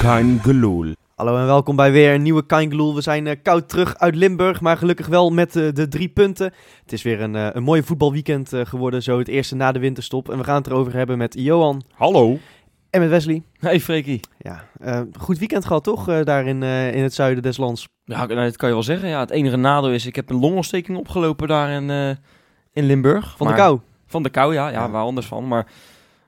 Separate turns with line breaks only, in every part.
Kein Geloel.
Hallo en welkom bij weer een nieuwe Keingloel. We zijn eh, koud terug uit Limburg, maar gelukkig wel met eh, de drie punten. Het is weer een, eh een mooi voetbalweekend eh, geworden, zo het eerste na de winterstop. En we gaan het erover hebben met Johan
Hallo.
en met Wesley.
Hey Freekie.
Ja, eh, goed weekend gehad toch, eh, daar in, eh, in het zuiden des lands.
Ja, nou, dat kan je wel zeggen. Ja, het enige nadeel is, ik heb een longontsteking opgelopen daar in, eh, in Limburg.
Van
Maar-
de kou.
Van de kou, ja. Ja,
Ja.
waar anders van. Maar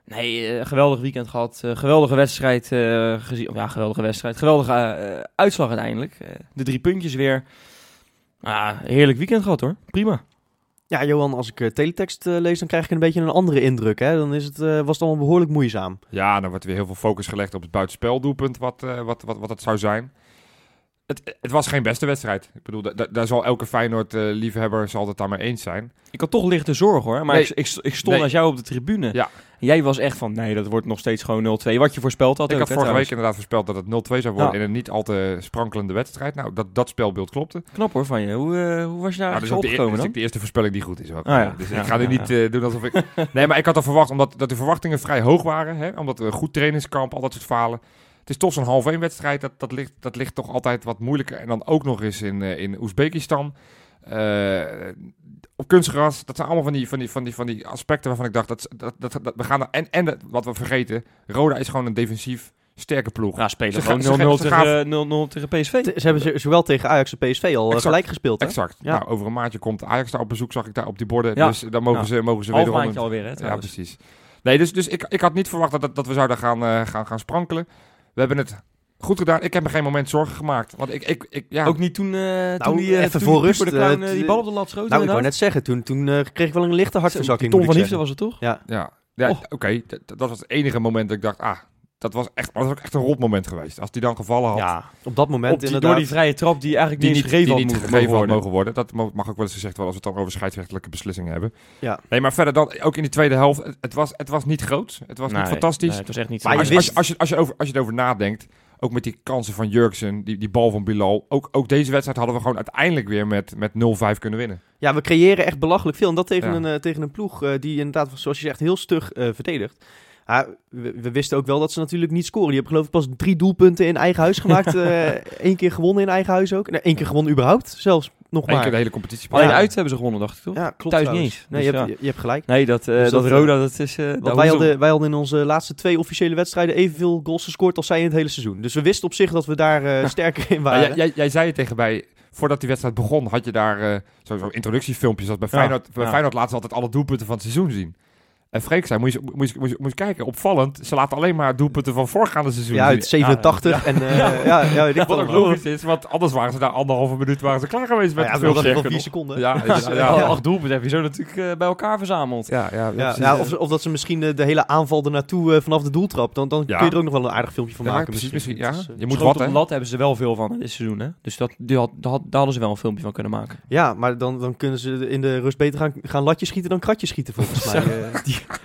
nee, eh, geweldig weekend gehad. eh, geweldige wedstrijd eh, gezien. of Ja, geweldige wedstrijd. Geweldige eh, eh, uitslag uiteindelijk. Eh, de drie puntjes weer. Ah, heerlijk weekend gehad hoor. Prima.
Ja, Johan, als ik eh, teletext eh, lees, dan krijg ik een beetje een andere indruk. Hè? Dan is het, eh, was het allemaal behoorlijk moeizaam.
Ja, dan wordt weer heel veel focus gelegd op het buitenspeldoelpunt, wat, eh, wat, wat, wat het zou zijn. Het, het was geen beste wedstrijd. Ik bedoel, da- da- daar zal elke Feyenoord-liefhebber zal het daar maar eens zijn.
Ik had toch lichte zorg hoor. Maar
Nee.
ik, ik, ik stond
Nee.
als jou op de tribune.
Ja.
En jij was echt van, nee, dat wordt nog steeds gewoon 0-2. Wat je voorspeld had.
ik
ook,
had
hè,
vorige week
trouwens.
inderdaad voorspeld dat het 0-2 zou worden
Ja.
in een niet al te sprankelende wedstrijd. Nou, dat, dat spelbeeld klopte.
Knap hoor van je. Hoe, eh, hoe was je daar nou,
Nou, dat is ook de, eer- dat is
opgekomen dan?
natuurlijk de eerste voorspelling die goed is. Ook.
Ah, ja.
Dus
Ja,
ik ga nu
ja,
niet eh, doen alsof ik... nee, maar ik had al verwacht, omdat dat de verwachtingen vrij hoog waren. Hè, omdat we een goed trainingskamp, al dat soort falen. Het is toch zo'n half één wedstrijd. Dat, dat, ligt, dat ligt toch altijd wat moeilijker. En dan ook nog eens in, eh, in Oezbekistan. Eh, op kunstgras. Dat zijn allemaal van die, van die, van die, van die aspecten waarvan ik dacht... Dat, dat, dat, dat- we gaan er- en, en dat- wat we vergeten. Roda is gewoon een defensief sterke ploeg.
Ja, spelen
Ze
gewoon
ga- ze
0-0
ga- ze gaven-
tegen, eh, 0-0 tegen PSV.
Ze hebben ze- zowel tegen Ajax als PSV al eh,
Exact.
gelijk gespeeld. Hè?
Exact.
Ja.
Nou, over een maandje komt Ajax daar op bezoek, zag ik daar op die borden.
Ja.
Dus dan mogen
Ja.
ze, mogen ze
Half
wederom... een-
maandje alweer, hè,
Ja,
trouwens.
precies. Nee, dus, dus ik, ik had niet verwacht dat- dat, dat we zouden gaan, eh, gaan, gaan sprankelen. We hebben het goed gedaan. Ik heb me geen moment zorgen gemaakt. Want ik, ik, ik ja,
Ook niet toen, eh toen die,
even
eh, toen
voor
die
rust,
Pieper de Clown,
eh,
eh, die bal op de lat schoot.
Nou, ik wou
inderdaad.
net zeggen, toen, toen eh, kreeg ik wel een lichte hartverzakking.
Tom
moet
van
ik
Liefde
zeggen.
was het toch?
Ja,
ja, ja
Och.
oké. dat, dat was het enige moment dat ik dacht, ah, dat was echt, dat was ook echt een rot moment geweest. Als die dan gevallen had,
Ja,
op dat moment
op die,
inderdaad.
door die vrije trap die eigenlijk
die
niet
niet,
eens gegeven
die
had
niet
moeten
gegeven had
worden.
mogen worden. Dat mo- mag ook wel eens gezegd worden als we het dan over scheidsrechtelijke beslissingen hebben.
Ja.
Nee, maar verder dan, ook in de tweede helft, het, het was, het was niet groot. Het was
Nee,
niet fantastisch.
nee, het was echt niet
Maar
zo.
als,
je
als,
wist-
als, je, als, je over, als je erover nadenkt, ook met die kansen van Jurksen, die, die bal van Bilal. Ook, ook deze wedstrijd hadden we gewoon uiteindelijk weer met, met 0-5 kunnen winnen.
Ja, we creëren echt belachelijk veel. En dat tegen,
Ja.
een, eh, tegen een ploeg eh, die inderdaad, zoals je zegt, heel stug eh, verdedigt. Ah, we, we wisten ook wel dat ze natuurlijk niet scoren. Je hebt geloof ik pas drie doelpunten in eigen huis gemaakt. eh Eén keer gewonnen in eigen huis ook. Nee, één keer gewonnen überhaupt zelfs. Nog
Eén
maar.
keer de hele competitie.
Alleen
Ja.
uit hebben ze gewonnen, dacht ik toch?
ja, klopt
Thuis
trouwens.
niet eens.
Nee,
Dus
je,
ja.
hebt, je hebt gelijk.
Nee, dat, eh,
Dus
dat,
dat, eh,
Roda, dat is... eh, daar
Want
hoeven
wij
ze-
hadden, wij hadden in onze laatste twee officiële wedstrijden evenveel goals gescoord als zij in het hele seizoen. Dus we wisten op zich dat we daar eh, sterker in
Maar
waren.
jij, jij, jij zei het tegen mij, voordat die wedstrijd begon, had je daar eh, zo zo'n introductiefilmpjes. Als bij
Ja,
Feyenoord, bij
ja.
Feyenoord laten ze altijd alle doelpunten van het seizoen zien. En Freek zei, moet je, eens- moet je, eens- moet je, moet je eens kijken, opvallend, ze laten alleen maar doelpunten van voorgaande seizoen
Ja, uit
zien.
87 en eh, ja, ja, weet ik
Wat
wel.
ook logisch is, want anders waren ze na anderhalve minuut waren ze klaar geweest met
Ja,
het
we hadden nog
filmpje.
vier seconden.
Ja, dus,
Ja,
ja,
ja,
ja,
acht doelpunten heb je zo natuurlijk eh, bij elkaar verzameld.
ja, ja,
Ja,
precies.
ja, of, ze- of dat ze misschien eh, de hele aanval ernaartoe eh, vanaf de doeltrap. Dan, dan
Ja.
kun je er ook nog wel een aardig filmpje van
Ja,
maken.
precies,
Dat
misschien,
is,
ja.
eh,
Je moet
Schoot
wat,
op
hè?
de lat hebben ze wel veel van dit seizoen, hè? Dus dat, die had, daar had- daar hadden ze wel een filmpje van kunnen maken.
ja, maar dan, dan kunnen ze in de rust beter gaan, gaan latjes schieten dan kratjes schieten volgens mij. eh.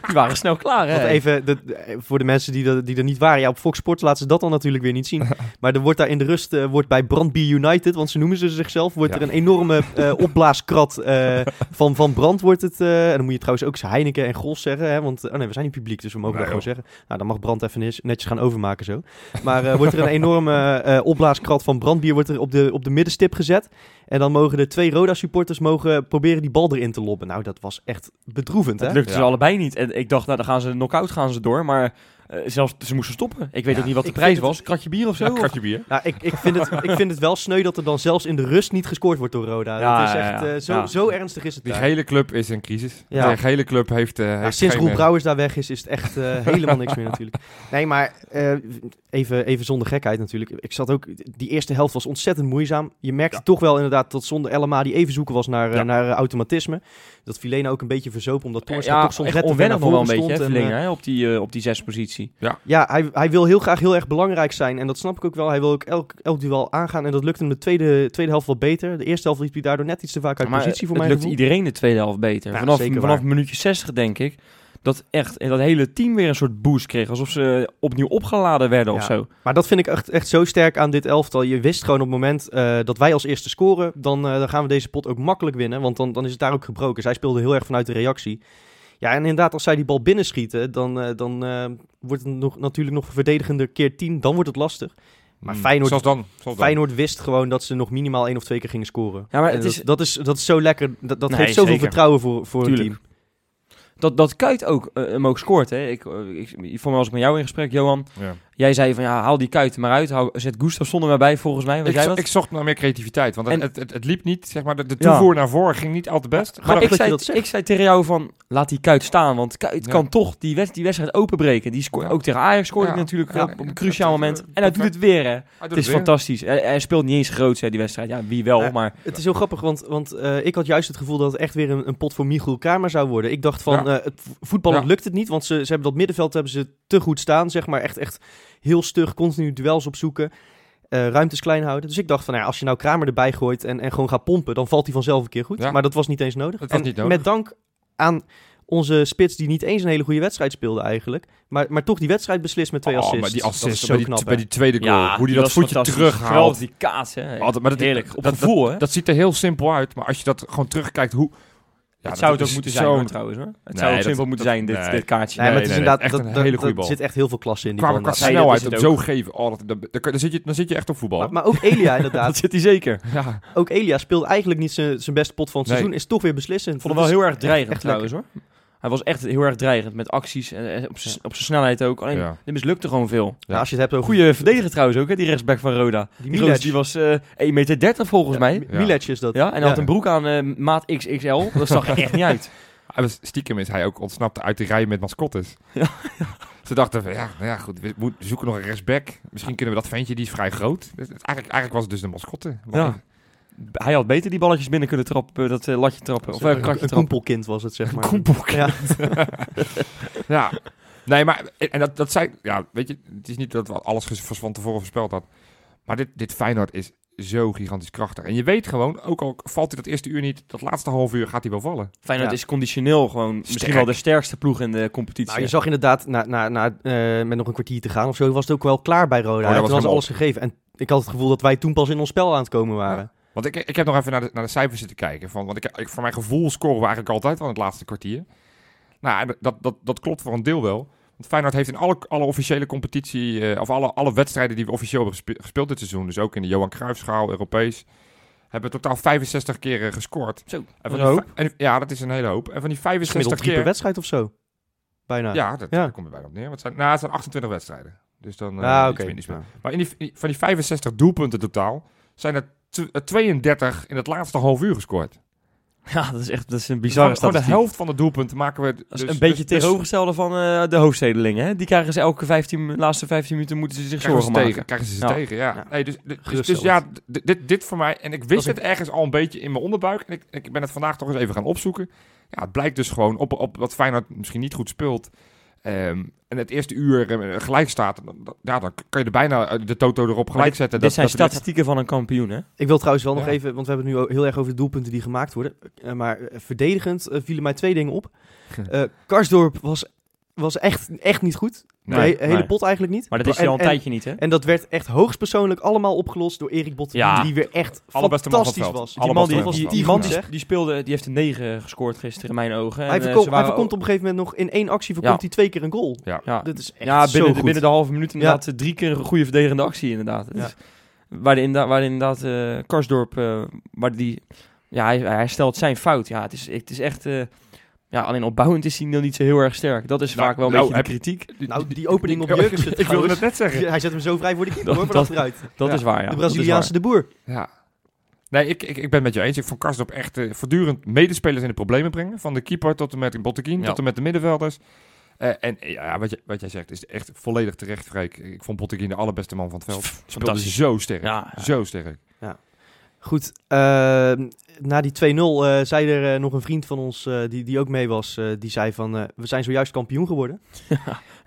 Die waren snel klaar,
Want
hè?
even, de, de- voor de mensen die, dat- die er niet waren. Ja, op Fox Sports laten ze dat dan natuurlijk weer niet zien. Maar er wordt daar in de rust, eh, wordt bij Brandbier United, want ze noemen ze zichzelf, wordt
Ja.
er een enorme eh, opblaaskrat eh, van, van brand wordt het. eh, en dan moet je trouwens ook Heineken en Gros zeggen, hè, want eh, oh nee, we zijn niet publiek, dus we mogen
Nee,
dat gewoon zeggen. Nou, dan mag Brand even nes- netjes gaan overmaken zo. Maar eh, wordt er een enorme eh, opblaaskrat van brandbier wordt er op, de, op de middenstip gezet. En dan mogen de twee Roda-supporters mogen proberen die bal erin te lobben. Nou, dat was echt bedroevend, hè?
Het lukte
Ja.
ze allebei niet. En ik dacht, nou, dan gaan ze knock-out gaan ze door. Maar eh, zelfs ze moesten stoppen. Ik weet
Ja,
ook niet wat de
ik
prijs
vind het-
was. Kratje bier of zo?
Ja,
of-
kratje bier.
Nou, ik, ik, vind het, ik vind het wel sneu dat er dan zelfs in de rust niet gescoord wordt door Roda.
Ja,
dat is
ja,
echt,
ja.
eh, zo,
Ja.
zo ernstig is het
Die
daar.
hele club is in crisis.
Ja.
De hele club heeft, eh,
Nou,
heeft
sinds
geen,
Roel
eh,
Brouwers daar weg is, is het echt eh, helemaal niks meer natuurlijk. Nee, maar eh, even, even zonder gekheid natuurlijk. Ik zat ook, die eerste helft was ontzettend moeizaam. Je merkte toch wel inderdaad dat zonder LMA die even zoeken was naar, eh,
Ja.
naar eh, automatisme. Dat Filena ook een beetje verzopen, omdat Torres
Eh, ja,
toch soms
echt
net te ver
onwennig
naar
nog wel een
voren
beetje, hè,
stond. en, eh,
Verlingen, hè, op die, eh, op die zespositie.
Ja, hij, hij wil heel graag heel erg belangrijk zijn. En dat snap ik ook wel. Hij wil ook elk, elk duel aangaan. En dat lukt hem de tweede, tweede helft wel beter. De eerste helft liep hij daardoor net iets te vaak uit
maar
positie voor
het
mij.
lukt iedereen de tweede helft beter.
Ja,
vanaf
zeker
vanaf
waar.
minuutje 60 denk ik. Dat echt en dat hele team weer een soort boost kreeg. Alsof ze eh, opnieuw opgeladen werden of
Ja.
zo.
Maar dat vind ik echt, echt zo sterk aan dit elftal. Je wist gewoon op het moment eh, dat wij als eerste scoren, dan, eh, dan gaan we deze pot ook makkelijk winnen. Want dan, dan is het daar ook gebroken. Zij speelde heel erg vanuit de reactie. Ja, en inderdaad, als zij die bal binnenschieten, dan, eh, dan eh, wordt het nog, natuurlijk nog verdedigende keer 10. Dan wordt het lastig. Maar
Hmm.
Feyenoord-
Zoals dan. Zoals dan.
Feyenoord wist gewoon dat ze nog minimaal één of twee keer gingen scoren.
Ja, maar
En
het
dat,
is-
dat, is, dat is zo lekker. Dat, dat
Nee,
geeft zoveel
zeker.
vertrouwen voor, voor een
Tuurlijk.
team.
Dat, dat Kuit ook, eh, hem ook scoort. Hè? Ik, eh, ik, voor mij was ik met jou in gesprek, Johan.
Ja.
Jij zei van ja, haal die Kuit er maar uit. Hou, zet Gustafsson er maar bij volgens mij. Wat
Ik,
jij
zo-
dat?
ik zocht naar meer creativiteit, want het,
En-
het, het, het liep niet, zeg maar, de, de
Ja.
toevoer naar voren ging niet al te best.
grappig
maar ik
dat je
zei,
dat zegt.
ik zei tegen jou van, laat die Kuit staan. Want Kuit
Ja.
kan toch die, wed- die wedstrijd openbreken. Die scoort
Ja.
ook tegen Ajax scoorde
Ja.
hij natuurlijk
Ja.
op, op een cruciaal
Dat-
moment.
dat-
En hij doet het weer hè.
Hij doet
Het is
weer.
fantastisch. Hij, hij speelt niet eens groot hè, die wedstrijd. Ja, wie wel,
Nee.
maar...
Het is heel grappig, want, want eh, ik had juist het gevoel dat het echt weer een, een pot voor Michiel Kamer zou worden. Ik dacht van,
Ja.
eh, het vo- voetballend
Ja.
lukt het niet, want ze, ze hebben dat middenveld hebben ze te goed staan, zeg maar. Echt, echt heel stug, continu duels opzoeken, eh, ruimtes klein houden. Dus ik dacht van, nou ja, als je nou Kramer erbij gooit en, en gewoon gaat pompen, dan valt hij vanzelf een keer goed.
Ja.
Maar dat was niet eens nodig.
Dat was
En
niet nodig.
met dank aan onze spits die niet eens een hele goede wedstrijd speelde eigenlijk, maar, maar toch die wedstrijd beslist met twee
Oh,
assists.
maar die assist
dat is zo
bij, die,
knap,
bij
hè?
die tweede goal. hoe die dat
was
voetje
fantastisch.
terughaalt.
Geweldig, die kaats hè.
Altijd, maar dat,
Heerlijk, op
dat,
gevoel hè.
dat, dat ziet er heel simpel uit, maar als je dat gewoon terugkijkt, hoe... Ja,
het zou het
is
ook moeten
zo-
zijn hoor, trouwens hoor. Het zou
Nee,
ook
dat-
simpel moeten
dat-
zijn, dit,
nee.
dit kaartje.
Nee, maar het is
nee, nee,
inderdaad,
echt
dat,
een
dat-
hele goede
dat
bal.
zit echt heel veel klasse in die
Qua,
bal.
qua
dat is
snelheid,
het
het
ook.
zo geven. Oh, dat, dat, dat- dan, zit je, dan zit je echt op voetbal.
Maar, maar ook Elia inderdaad.
Dat zit hij zeker.
ja.
ook Elia speelt eigenlijk niet zijn zijn beste pot van het
Nee.
seizoen. Is toch weer beslissend. Dus-
Ik vond hem wel heel erg dreigend
echt
trouwens hoor. Hij was echt heel erg dreigend met acties en en op zijn op zijn snelheid ook. Alleen,
Ja.
dit mislukte gewoon veel.
Nou, als je het hebt over
Goede verdediger trouwens ook, hè, die rechtsback van Roda.
die
Die, gozer, die was eh 1,30 meter volgens
Ja,
mij.
Mi- Miletje is dat.
Ja, en hij had
Ja.
een broek aan eh, maat XXL. Dat zag er echt niet uit.
Hij was- Stiekem is hij ook ontsnapt uit de rij met mascottes.
Ja.
Ze dachten van, ja, nou ja goed, we moet- we zoeken nog een rechtsback. Misschien kunnen we dat ventje, die is vrij groot. Dus het- Eigenlijk, eigenlijk was het dus de mascotte.
Ja. Hij had beter die balletjes binnen kunnen trappen, dat eh, latje trappen. Of eh,
een,
krakje
een
trappen.
koempelkind was het, zeg maar.
Koempelkind.
Ja.
ja. Nee, maar en dat, dat zei, ja, weet je, het is niet dat we alles ges- van tevoren voorspeld hadden. Maar dit, dit Feyenoord is zo gigantisch krachtig. En je weet gewoon, ook al valt hij dat eerste uur niet, dat laatste half uur gaat hij wel vallen.
Feyenoord
Ja.
is conditioneel gewoon misschien
Sterk.
wel de sterkste ploeg in de competitie.
Nou, je zag inderdaad, na, na, na, eh, met nog een kwartier te gaan of zo, was het ook wel klaar bij Roda.
Oh, dat
Toen
was
was
helemaal
alles gegeven. En ik had het gevoel dat wij toen pas in ons spel aan het komen waren.
Want ik, ik heb nog even naar de, naar de cijfers zitten kijken. Van, want ik, ik, voor mijn gevoel scoren we eigenlijk altijd wel in het laatste kwartier. Nou, en dat, dat, dat klopt voor een deel wel. Want Feyenoord heeft in alle, alle officiële competitie, eh, of alle, alle wedstrijden die we officieel hebben gespe- gespeeld dit seizoen, dus ook in de Johan Cruijffschaal, Europees, hebben totaal 65 keer eh, gescoord.
Zo,
En
dat
van
is een
die
hoop.
vij- en, ja, dat is een hele hoop. En van die
Dus gemiddeld
65
drie per
keer...
wedstrijd of zo. Bijna.
Ja, dat
Ja.
daar komt er bijna op neer. Want het zijn, nou, het zijn 28 wedstrijden. Dus dan eh,
Ah,
iets
oké.
minder, iets minder.
Nou,
Maar in die, van die 65 doelpunten totaal zijn er tw- eh, 32 in het laatste half uur gescoord.
Ja, dat is echt dat is een bizarre
Van- van de
statistiek.
helft van de doelpunten maken we.
Dat
Dus,
is een beetje
dus- dus
tegenovergestelde van eh, de hoofdstedelingen. Hè? Die krijgen ze elke 15, mi- laatste 15 minuten moeten ze zich
Krijgen
zorgen
ze,
maken.
tegen, krijgen ze ze
Ja.
tegen, ja.
Ja.
Nee, dus, dus- dus,
Geruststellend.
ja, d- dit, dit voor mij. En ik
Dat is
wist het ergens al een beetje in mijn onderbuik. En ik, ik ben het vandaag toch eens even gaan opzoeken. Ja, het blijkt dus gewoon op, op wat Feyenoord misschien niet goed speelt. ehm, en het eerste uur eh, gelijk staat. dan- dan- Ja, dan kan je er bijna eh, de toto erop
Maar
gelijk zetten.
Dit zijn
de wedstrijd-
statistieken van een kampioen, hè?
Ik wil trouwens wel nog
Ja.
even, want we hebben het nu ook heel erg over de doelpunten die gemaakt worden. Eh, maar eh, verdedigend eh, vielen mij twee dingen op. Eh, Karsdorp was, was echt, echt niet goed.
Nee,
de he- hele
nee.
pot eigenlijk niet.
Maar dat is
En-
je al een
en-
tijdje niet, hè?
En dat werd echt hoogstpersoonlijk allemaal opgelost door Erik Botten,
Ja.
die weer echt
Allerbeste man van het
fantastisch
veld.
was.
Die man die- die-
die
man
goed,
die,
zeg.
die speelde, die heeft een 9 gescoord gisteren in mijn ogen. En,
hij
eh, ze
verkoopt, hij
waren
verkomt op een gegeven moment nog in één actie verkoopt
Ja.
hij twee keer een goal.
Ja.
ook- Ja,
Dat is echt
ja
zo
binnen, de,
goed.
binnen de halve
Ja.
minuut inderdaad eh, drie keer een goede verdedigende actie, inderdaad. Dat
Ja.
is- Waar, de, inda- waar de inderdaad eh, Karsdorp, eh, waar die, ja, hij, hij stelt zijn fout. Ja, het is, het is echt, eh, ja, alleen opbouwend is hij nog niet zo heel erg sterk. Dat is
Nou,
vaak wel een
nou,
beetje de
heb-
kritiek.
Nou, die opening op
Ik-
Jurgensen
Ik wilde
trouwens.
het net zeggen.
Ja, Hij zet hem zo vrij voor de keeper
Dat-
hoor, van
dat-
achteruit.
Dat
Ja.
is waar, ja.
de
Dat is
Braziliaanse de boer.
Ja. Nee, ik, ik, ik ben het met je eens. Ik vond Karsdorp echt eh, voortdurend medespelers in de problemen brengen. Van de keeper tot en met Botteguin,
Ja.
tot en met de middenvelders. Eh, en eh, ja, wat, je, wat jij zegt is echt volledig terecht, Freek. Ik vond Botteguin de allerbeste man van het veld. Speelde
Fantastisch.
zo sterk.
Ja, ja.
Zo sterk.
Goed, ehm, na die 2-0 eh, zei er eh, nog een vriend van ons, eh, die, die ook mee was, eh, die zei van, eh, we zijn zojuist kampioen geworden.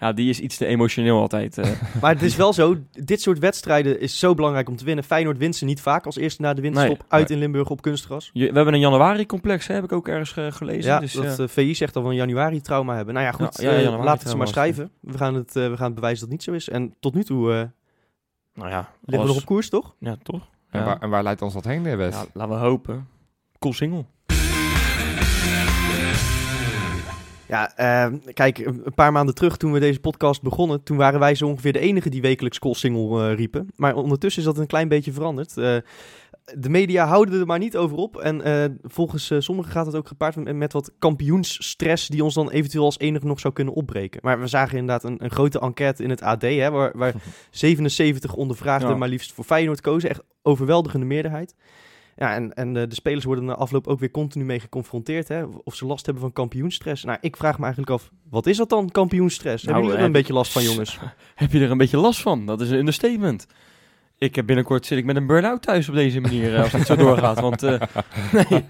Ja, die is iets te emotioneel altijd. eh.
Maar het is wel zo, dit soort wedstrijden is zo belangrijk om te winnen. Feyenoord wint ze niet vaak als eerste na de winterstop
Nee.
uit in Limburg op kunstgras.
Je- we hebben een januari-complex, hè, heb ik ook ergens eh, gelezen.
Ja,
dus,
dat
eh,
eh, VI zegt dat we een januari-trauma hebben. Nou ja, goed,
Ja, ja,
eh,
januari-trauma
laten we ze maar
was het.
schrijven. We gaan, het, eh, we gaan het bewijzen dat het niet zo is. En tot nu toe eh,
nou ja,
liggen we
alles-
nog op koers, toch?
Ja, toch?
En,
Ja.
waar, en waar leidt ons dat heen, eh, Wes?
Ja, laten we hopen. Cool single.
Ja, eh, kijk, een een paar maanden terug toen we deze podcast begonnen, toen waren wij zo ongeveer de enige die wekelijks Single eh, riepen. Maar ondertussen is dat een klein beetje veranderd. Eh, de media houden er maar niet over op. En eh, volgens eh, sommigen gaat het ook gepaard met, met wat kampioensstress die ons dan eventueel als enige nog zou kunnen opbreken. Maar we zagen inderdaad een, een grote enquête in het AD, hè, waar, waar 77 ondervraagden
Ja.
maar liefst voor Feyenoord kozen. Echt overweldigende meerderheid. Ja, en, en eh, de spelers worden na afloop ook weer continu mee geconfronteerd. Hè? Of ze last hebben van kampioenstress. Nou, ik vraag me eigenlijk af, wat is dat dan, kampioenstress?
Nou,
hebben jullie er een
eh,
beetje last van, jongens?
Heb je er een beetje last van? Dat is een understatement. Ik heb binnenkort zit ik met een burn-out thuis op deze manier eh, als het zo doorgaat. Want eh, nee,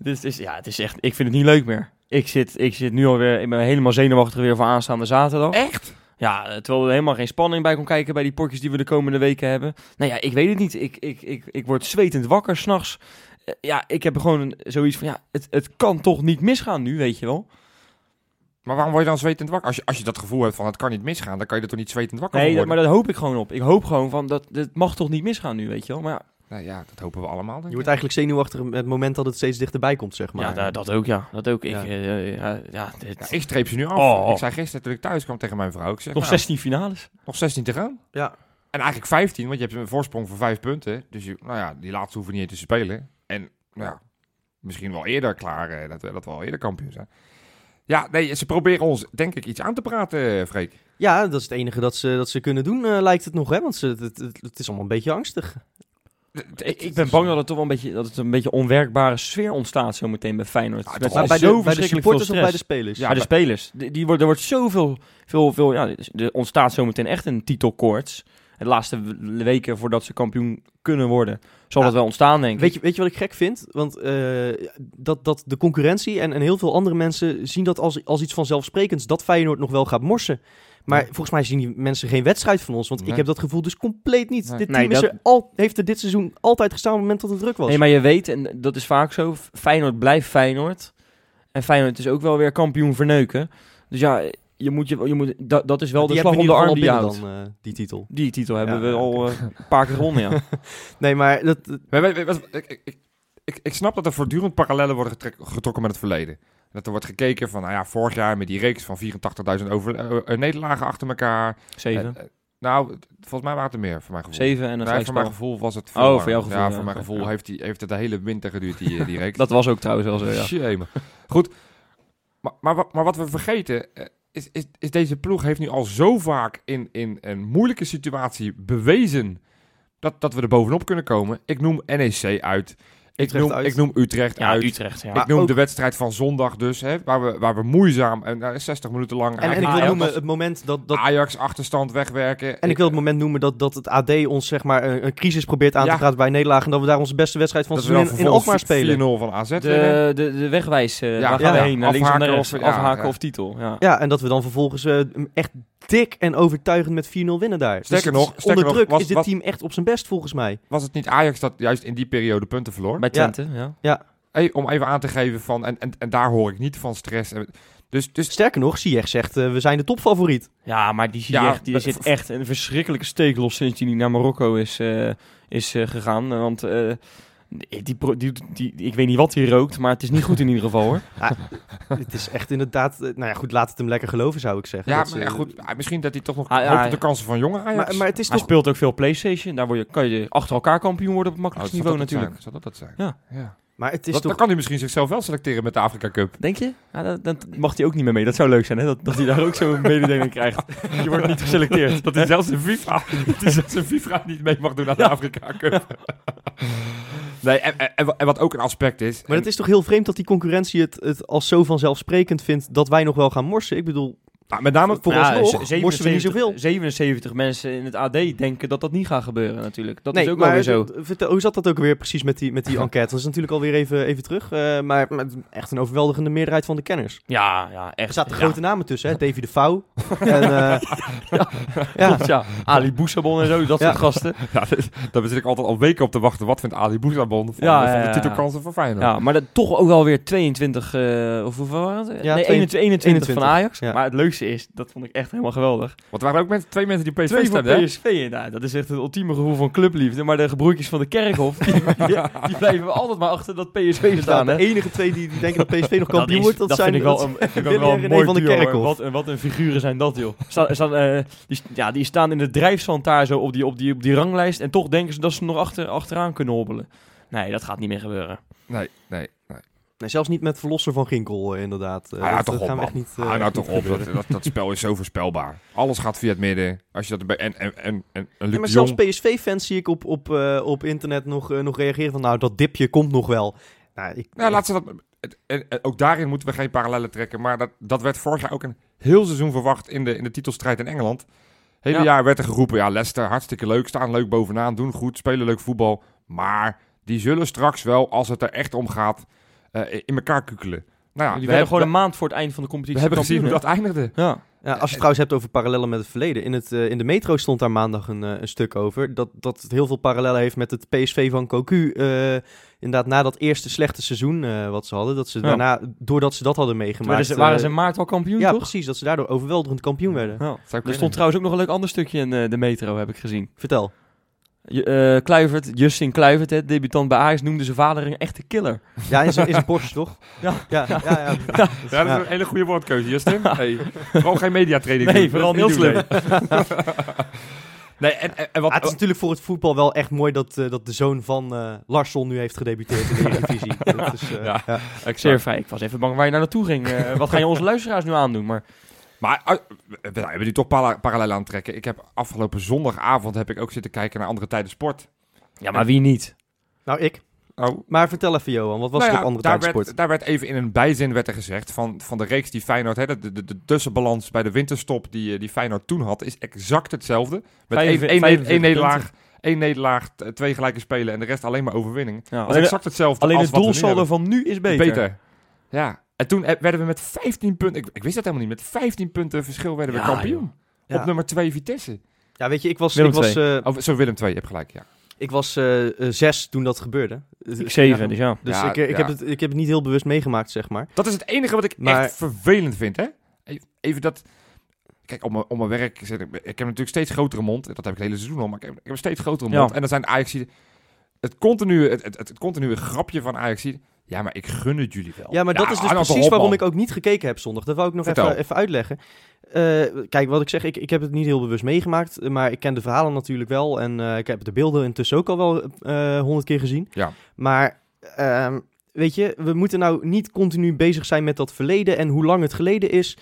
dus, het is ja, het is echt. Ik vind het niet leuk meer. Ik zit, ik zit nu alweer, ik ben helemaal zenuwachtig weer voor aanstaande zaterdag.
Echt?
Ja, eh, terwijl er helemaal geen spanning bij kon kijken bij die potjes die we de komende weken hebben. Nou ja, ik weet het niet. Ik, ik, ik, ik word zwetend wakker s'nachts. Eh, ja, ik heb gewoon een- zoiets van, ja, het, het kan toch niet misgaan nu, weet je wel.
Maar waarom word je dan zwetend wakker? Als je, als je dat gevoel hebt van het kan niet misgaan, dan kan je er toch niet zwetend wakker
Nee,
van
dat, maar
worden?
daar hoop ik gewoon op. Ik hoop gewoon van, dat, dit mag toch niet misgaan nu, weet je wel. Maar ja,
Nou ja, dat hopen we allemaal.
Je
Denk
wordt
ik.
eigenlijk zenuwachtig met het moment dat het steeds dichterbij komt, zeg maar.
ja, da- dat ook, ja. Dat ook. Ik,
Ja.
eh, ja, ja, dit-
Ja, ik streep ze nu af.
Oh.
Ik zei gisteren toen ik thuis kwam tegen mijn vrouw. Ik zeg,
nog
nou,
16 finales.
nog 16 te gaan.
Ja.
En eigenlijk 15, want je hebt een voorsprong van 5 punten. Dus je, nou ja, die laatste hoeven niet eens te spelen. En nou ja, misschien wel eerder klaar eh, dat, we, dat we al eerder kampioen zijn. Ja, nee, ze proberen ons denk ik iets aan te praten, eh, Freek.
Ja, dat is het enige dat ze, dat ze kunnen doen, eh, lijkt het nog. Hè? Want ze, het, het, het is allemaal een beetje angstig.
Ik, ik ben bang dat het toch wel een beetje, dat het een beetje onwerkbare sfeer ontstaat zo meteen bij Feyenoord.
Ja,
Met
toch
zo
al.
Maar bij de, bij de
verschrikkelijk veel
supporters of
stress.
bij de spelers?
Ja,
Ja, bij de spelers. Die, die wordt, er wordt zoveel, veel, veel, ja, dus er ontstaat zometeen echt een titelkoorts. De laatste w- weken voordat ze kampioen kunnen worden, zal
Ja.
dat wel ontstaan, denk ik.
Weet je, weet je wat ik gek vind? Want eh, dat, dat de concurrentie en, en heel veel andere mensen zien dat als, als iets vanzelfsprekends. Dat Feyenoord nog wel gaat morsen. Maar
Ja.
volgens mij zien die mensen geen wedstrijd van ons. Want ik
Nee.
heb dat gevoel dus compleet niet.
Nee.
Dit team
Nee,
is
dat-
er al, heeft er dit seizoen altijd gestaan op het moment dat het druk was.
Nee, maar je weet, en dat is vaak zo, F- Feyenoord blijft Feyenoord. En Feyenoord is ook wel weer kampioen verneuken. Dus ja, je moet, je, je moet, dat, dat is wel
Die
de
hebben
slag
we
om
in
de
ieder geval
arm
al
die je
binnen
houdt.
dan, eh, die titel.
Die titel hebben
Ja,
we
ja,
al eh, een paar keer gewonnen, ja.
Nee, maar dat, dat-
Maar weet- weet- wat- ik, ik- ik, ik, ik snap dat er voortdurend parallellen worden getrek- getrokken met het verleden. Dat er wordt gekeken van, nou ja, vorig jaar met die reeks van 84.000 over, eh, eh, nederlagen achter elkaar.
Zeven.
Eh, eh, nou, volgens mij waren het er meer, van mijn gevoel.
Zeven en een
Nee, voor mijn
gelijkspel.
gevoel was het
Oh,
langer.
voor jouw gevoel,
Ja,
ja,
voor mijn
oké,
gevoel
ja.
heeft, die, heeft het de hele winter geduurd, die, eh, die reeks.
Dat was ook trouwens wel zo, ja.
Shame. Goed. Maar, maar, wat- maar wat we vergeten, eh, is, is, is deze ploeg heeft nu al zo vaak in, in een moeilijke situatie bewezen dat, dat we er bovenop kunnen komen. Ik noem NEC uit. Ik,
Utrecht
noem,
uit.
ik noem Utrecht
Ja,
uit.
Utrecht, ja.
Ik noem
ook-
de wedstrijd van zondag dus, hè, waar, we, waar we moeizaam en eh, 60 minuten lang
en, en ik
eigenlijk
wil
Ajax.
noemen het moment dat... dat
Ajax achterstand wegwerken.
en ik wil het moment noemen dat, dat het AD ons zeg maar een, een crisis probeert aan
Ja.
te praten bij nederlagen. En dat we daar onze beste wedstrijd van
dat
het
we dan
seizoen in, in Alkmaar
vervolgens
spelen.
4-0 van AZ winnen.
De, de, de wegwijs, eh,
Ja,
waar gaan
ja,
we heen? Naar links of naar
afhaken
rechts?
of- ja,
afhaken
ja.
of titel, ja.
Ja, en dat we dan vervolgens eh, m- echt dik en overtuigend met 4-0 winnen daar. Dus
Sterker
het is-
nog, sterker
onder
nog,
druk
was-
is dit
was-
team echt op zijn best volgens mij.
Was het niet Ajax dat juist in die periode punten verloor?
Bij
Ja.
Twente, ja.
Hey, om even aan te geven van, en, en, en daar hoor ik niet van stress. En- Dus, dus
Sterker nog, Ziyech zegt, eh, we zijn de topfavoriet.
Ja, maar die,
Ja,
Ziyech, die
eh,
zit
v-
echt een verschrikkelijke steek los sinds hij naar Marokko is, eh, is eh, gegaan. Want eh, die, pro- die, die, die- ik weet niet wat hij rookt, maar het is niet goed in ieder geval hoor.
het is echt inderdaad, eh, nou ja goed, laat het hem lekker geloven zou ik zeggen.
ja,
Dat
maar,
ze-
ja, goed, ah, misschien dat hij toch nog
Ah, ja,
hoopt op
ja.
de kansen van jonge Ajax.
Maar, maar het is
Hij
toch...
speelt ook veel Playstation, daar word je, kan je achter elkaar kampioen worden op het
Oh, dat
makkelijkste niveau
zou dat
natuurlijk.
Zijn. Zou dat dat zijn?
Ja.
Maar het is
Dat, dan
toch...
kan hij misschien zichzelf wel selecteren met de Afrika Cup.
Denk je? Ja, dat, dat mag hij ook niet meer mee. Dat zou leuk zijn, hè? Dat, dat hij daar ook zo'n mededeling krijgt. Je wordt niet geselecteerd.
Dat hij zelfs in FIFA, dat hij zelfs in FIFA niet mee mag doen aan de Afrika Cup. nee, en, en- en, wa- en wat ook een aspect is.
Maar
en-
het is toch heel vreemd dat die concurrentie het, het als zo vanzelfsprekend vindt dat wij nog wel gaan morsen. Ik bedoel,
nou, met name voor
Ja,
ons
ze-
nog.
ze- moesten we niet zoveel.
77 mensen in het AD denken dat dat niet gaat gebeuren natuurlijk. Dat
nee,
is ook
maar
wel weer zo.
d- vertel, hoe zat dat ook weer precies met die, met die enquête? Dat is natuurlijk alweer even, even terug, eh, maar met echt een overweldigende meerderheid van de kenners.
Ja, ja, echt.
Er zaten
ja.
grote namen tussen, hè? Davy de Vouw. en, eh, ja,
Klopt, ja. Ali Boussabon en zo, dat
Ja.
soort gasten.
Ja, dus- daar zit ik altijd al weken op te wachten. Wat vindt Ali Boezabon van,
Ja,
van
ja, ja,
de
ja.
titelkansen voor Feyenoord?
Ja, maar dat, toch ook wel weer 22, eh, of hoeveel waren het?
Ja,
nee,
22
21, 21 van Ajax.
ja.
Maar het leukste leukste is, dat vond ik echt helemaal geweldig.
Want er waren ook mensen, twee mensen die PSV
Twee van
stemden, hè?
PSV, nou, dat is echt het ultieme gevoel van clubliefde. Maar de gebroekjes van de Kerkhof, die, die, die blijven altijd maar achter dat PSV staan, hè?
de enige twee die, die denken dat PSV nog kampioen wordt, dat, zijn
vind ik wel
dat-
een, vind ik ook
Willy
wel
en
een
René
mooi
van
van
de
de kerk.
Kerkhof.
Wat, een- wat een figuren zijn dat, joh. Staan, er staan, eh, die, st- ja, die staan in het drijfzand daar zo op die, op, die, op die ranglijst. En toch denken ze dat ze nog achter, achteraan kunnen hobbelen. Nee, dat gaat niet meer gebeuren.
Nee, nee, nee.
Nee, zelfs niet met Verlosser van Ginkel, eh, inderdaad. Eh,
Ah, ja,
dat
toch
dat
op,
gaan we
man.
echt niet... eh,
Ah, nou
niet
toch op, dat,
gebeuren.
dat, dat spel is zo voorspelbaar. Alles gaat via het midden. Als je dat bij, en, en, en, en Luc
Ja, maar
de
zelfs
Jong...
PSV-fans zie ik op, op, eh, op internet nog, eh, nog reageren van... Nou, dat dipje komt nog wel. Nou, ik,
Nou, laat ze dat... het- en- en ook daarin moeten we geen parallellen trekken. Maar dat, dat werd vorig jaar ook een heel seizoen verwacht in de, in de titelstrijd in Engeland. Hele
Ja.
jaar werd er geroepen, ja, Leicester, hartstikke leuk. Staan leuk bovenaan, doen goed, spelen leuk voetbal. Maar die zullen straks wel, als het er echt om gaat, eh, in elkaar kukelen.
die
Nou ja, we
werden
hebben,
gewoon een maand voor het eind van de
we
competitie
hebben gezien hoe
kampioen,
dat
hè?
eindigde.
Ja.
Ja, als je het trouwens hebt over parallellen met het verleden. In, het, eh, in de metro stond daar maandag een, eh, een stuk over. Dat, dat het heel veel parallellen heeft met het PSV van Cocu. eh, inderdaad, na dat eerste slechte seizoen eh, wat ze hadden. Dat ze
Ja.
daarna, doordat ze dat hadden
Toen
meegemaakt...
werden ze, waren
eh,
ze in maart al kampioen,
Ja,
toch?
precies. Dat ze daardoor overweldigend kampioen werden.
Ja.
Zou ik
Er stond trouwens ook nog een leuk ander stukje in eh, de metro, heb ik gezien.
Vertel.
Je- eh, Kluivert, Justin Kluivert, hè, debutant bij Ajax, noemde zijn vader een echte killer.
Ja, is, is een Porsche, toch?
Ja.
Ja, ja, ja.
Ja, dat is een hele goede woordkeuze, Justin. Hey, vooral geen mediatraining.
Nee,
doen.
vooral
Dat
niet
doen,
slim.
nee. Nee, en, en, en
Ah, het is
wat...
natuurlijk voor het voetbal wel echt mooi dat, eh, dat de zoon van eh Larsson nu heeft gedebuteerd in de Eredivisie. Dat is, eh,
Ja.
ja.
Zeer vrij. Ik was even bang waar je naar naartoe ging. Eh, wat ga je onze luisteraars nu aandoen? Maar
Maar eh, we we hebben nu toch para- parallel aan het trekken. Ik heb afgelopen zondagavond heb ik ook zitten kijken naar andere tijden sport.
Ja, maar wie niet?
Nou, ik.
Oh,
Maar vertel even, Johan. Wat was
Nou
er
ja,
op andere
daar
tijdsport?
Werd, daar werd even in een bijzin werd er gezegd van, van de reeks die Feyenoord... Hè, de, de, de tussenbalans bij de winterstop die, eh, die Feyenoord toen had, is exact hetzelfde. Met één-
Vijf-
één één-
45
één nederlaag, één nederlaag, t- twee gelijke spelen en de rest alleen maar overwinning.
Ja,
Dat is
alleen
exact hetzelfde
alleen
als
het
wat we nu
doelsaldo
hebben.
van nu is beter.
Ja. En toen eh, werden we met 15 punten... Ik, ik wist dat helemaal niet. Met 15 punten verschil werden we
Ja,
kampioen.
joh. Ja.
Op nummer 2 Vitesse.
Ja, weet je, ik was,
Willem
ik was, eh,
Oh, zo Willem 2, je hebt gelijk, ja.
ik was eh, eh, zes toen dat gebeurde.
Ik
Ja,
zeven, dus ja.
Dus
Ja,
ik, eh, ik,
ja.
heb het, ik heb het niet heel bewust meegemaakt, zeg maar.
Dat is het enige wat ik
Maar-
echt vervelend vind, hè? Eh, Even dat... Kijk, op mijn, op mijn werk... zit Ik ik heb natuurlijk steeds grotere mond. Dat heb ik het hele seizoen al, maar ik heb, ik heb een steeds grotere
Ja.
mond. En dan zijn Ajax... Het continue, het, het, het continue grapje van Ajax... Ja, maar ik gun het jullie wel.
Ja, maar dat is dus
Arnold
precies
van Hopman.
waarom ik ook niet gekeken heb zondag. Dat wou ik nog
Vertel.
even, even uitleggen. Eh, kijk, wat ik zeg, ik, ik heb het niet heel bewust meegemaakt. eh, Maar ik ken de verhalen natuurlijk wel. En eh, ik heb de beelden intussen ook al wel eh, honderd keer gezien.
Ja.
Maar, ehm, weet je, we moeten nou niet continu bezig zijn met dat verleden en hoe lang het geleden is.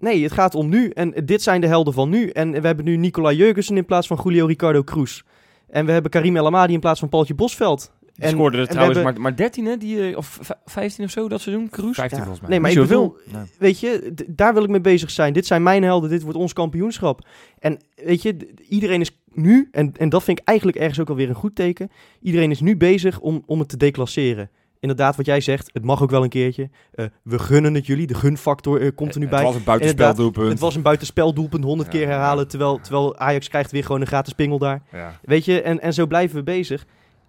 Nee, het gaat om nu. En dit zijn de helden van nu. En we hebben nu Nicola Jurgensen in plaats van Julio Ricardo Cruz. En we hebben Karim El Amadi in plaats van Paultje Bosveld.
Die
En-
scoorde er
en we
trouwens
hebben-
maar, maar 13, hè? Die, eh, of v- 15 of zo dat seizoen, Kroes.
15
Ja.
volgens mij.
Nee, maar
Niet
ik
zoveel.
bedoel, Weet je, d- daar wil ik mee bezig zijn. Dit zijn mijn helden, dit wordt ons kampioenschap. En weet je, d- iedereen is nu, en, en dat vind ik eigenlijk ergens ook alweer een goed teken, iedereen is nu bezig om, om het te declasseren. Inderdaad, wat jij zegt, het mag ook wel een keertje. Eh, we gunnen het jullie, de gunfactor eh, komt er nu
het
bij.
was een buitenspeldoelpunt.
Het was een buitenspeldoelpunt honderd
Ja.
keer herhalen, terwijl, terwijl Ajax krijgt weer gewoon een gratis pingel daar.
Ja.
Weet je, en, en zo blijven we bezig.